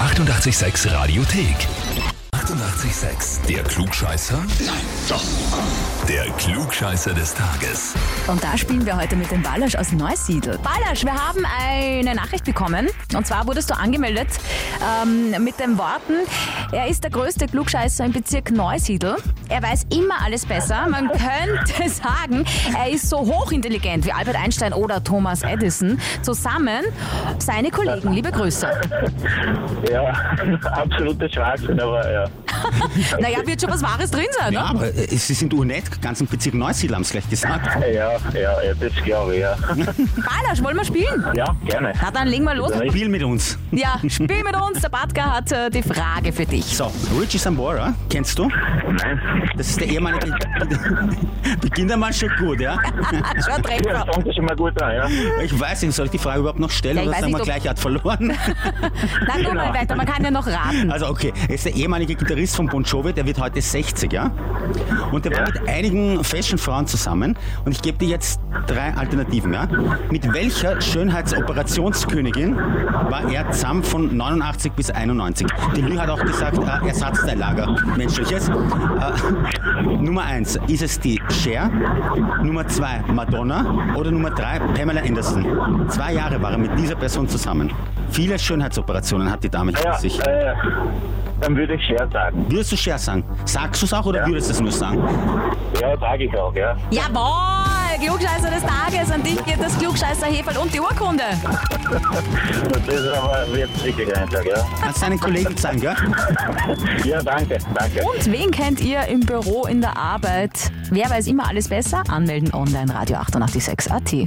886 Radiothek. 88,6. Der Klugscheißer? Nein, doch. Der Klugscheißer des Tages. Und da spielen wir heute mit dem Ballasch aus Neusiedl. Ballasch, wir haben eine Nachricht bekommen. Und zwar wurdest du angemeldet ähm, mit den Worten, er ist der größte Klugscheißer im Bezirk Neusiedl. Er weiß immer alles besser. Man könnte sagen, er ist so hochintelligent wie Albert Einstein oder Thomas Edison. Zusammen seine Kollegen. Liebe Grüße. Ja, absoluter Schwachsinn, aber ja. Naja, wird schon was Wahres drin sein, Ja, ne? aber äh, sie sind unnett, ganz im Bezirk Neusiedl haben sie gleich gesagt. Ja, ja, ja das glaube ich, ja. Ballasch, wollen wir spielen? Ja, gerne. Na dann legen wir los. Spiel mit uns. Ja, spiel mit uns. Der Batka hat äh, die Frage für dich. So, Richie Sambora, kennst du? Nein. Das ist der ehemalige... Beginnt einmal schon gut, ja? Schon Ja, Treffer. das fängt ja schon mal gut an, ja. Ich weiß nicht, soll ich die Frage überhaupt noch stellen Ja, ich oder weiß sagen nicht, wir ob- gleich, er hat verloren? Na, guck mal weiter. Man kann ja noch raten. Also okay, er ist der ehemalige Gitarrist von Bon Jovi, der wird heute 60, ja? Und der war Ja. mit einigen Fashionfrauen zusammen. Und ich gebe dir jetzt drei Alternativen, ja? Mit welcher Schönheitsoperationskönigin war er zusammen von 89 bis 91? Die Lü hat auch gesagt, äh, Ersatzteillager, menschliches. Äh, Nummer eins ist es die Cher, Nummer zwei Madonna oder Nummer drei Pamela Anderson. Zwei Jahre war er mit dieser Person zusammen. Viele Schönheitsoperationen hat die Dame hinter Ja, sich. äh, dann würde ich Cher sagen. Würdest du Cher sagen? Sagst du es auch oder Ja. würdest du es nur sagen? Ja, sage ich auch, ja. Jawohl! Klugscheißer des Tages. An dich geht das Klugscheißer Heferl und die Urkunde. Das ist aber jetzt wirklich ein Tag, ja. Hast deinen Kollegen sagen, gell? Ja, danke, danke. Und wen kennt ihr im Büro, in der Arbeit? Wer weiß immer alles besser? Anmelden online Radio 886 AT.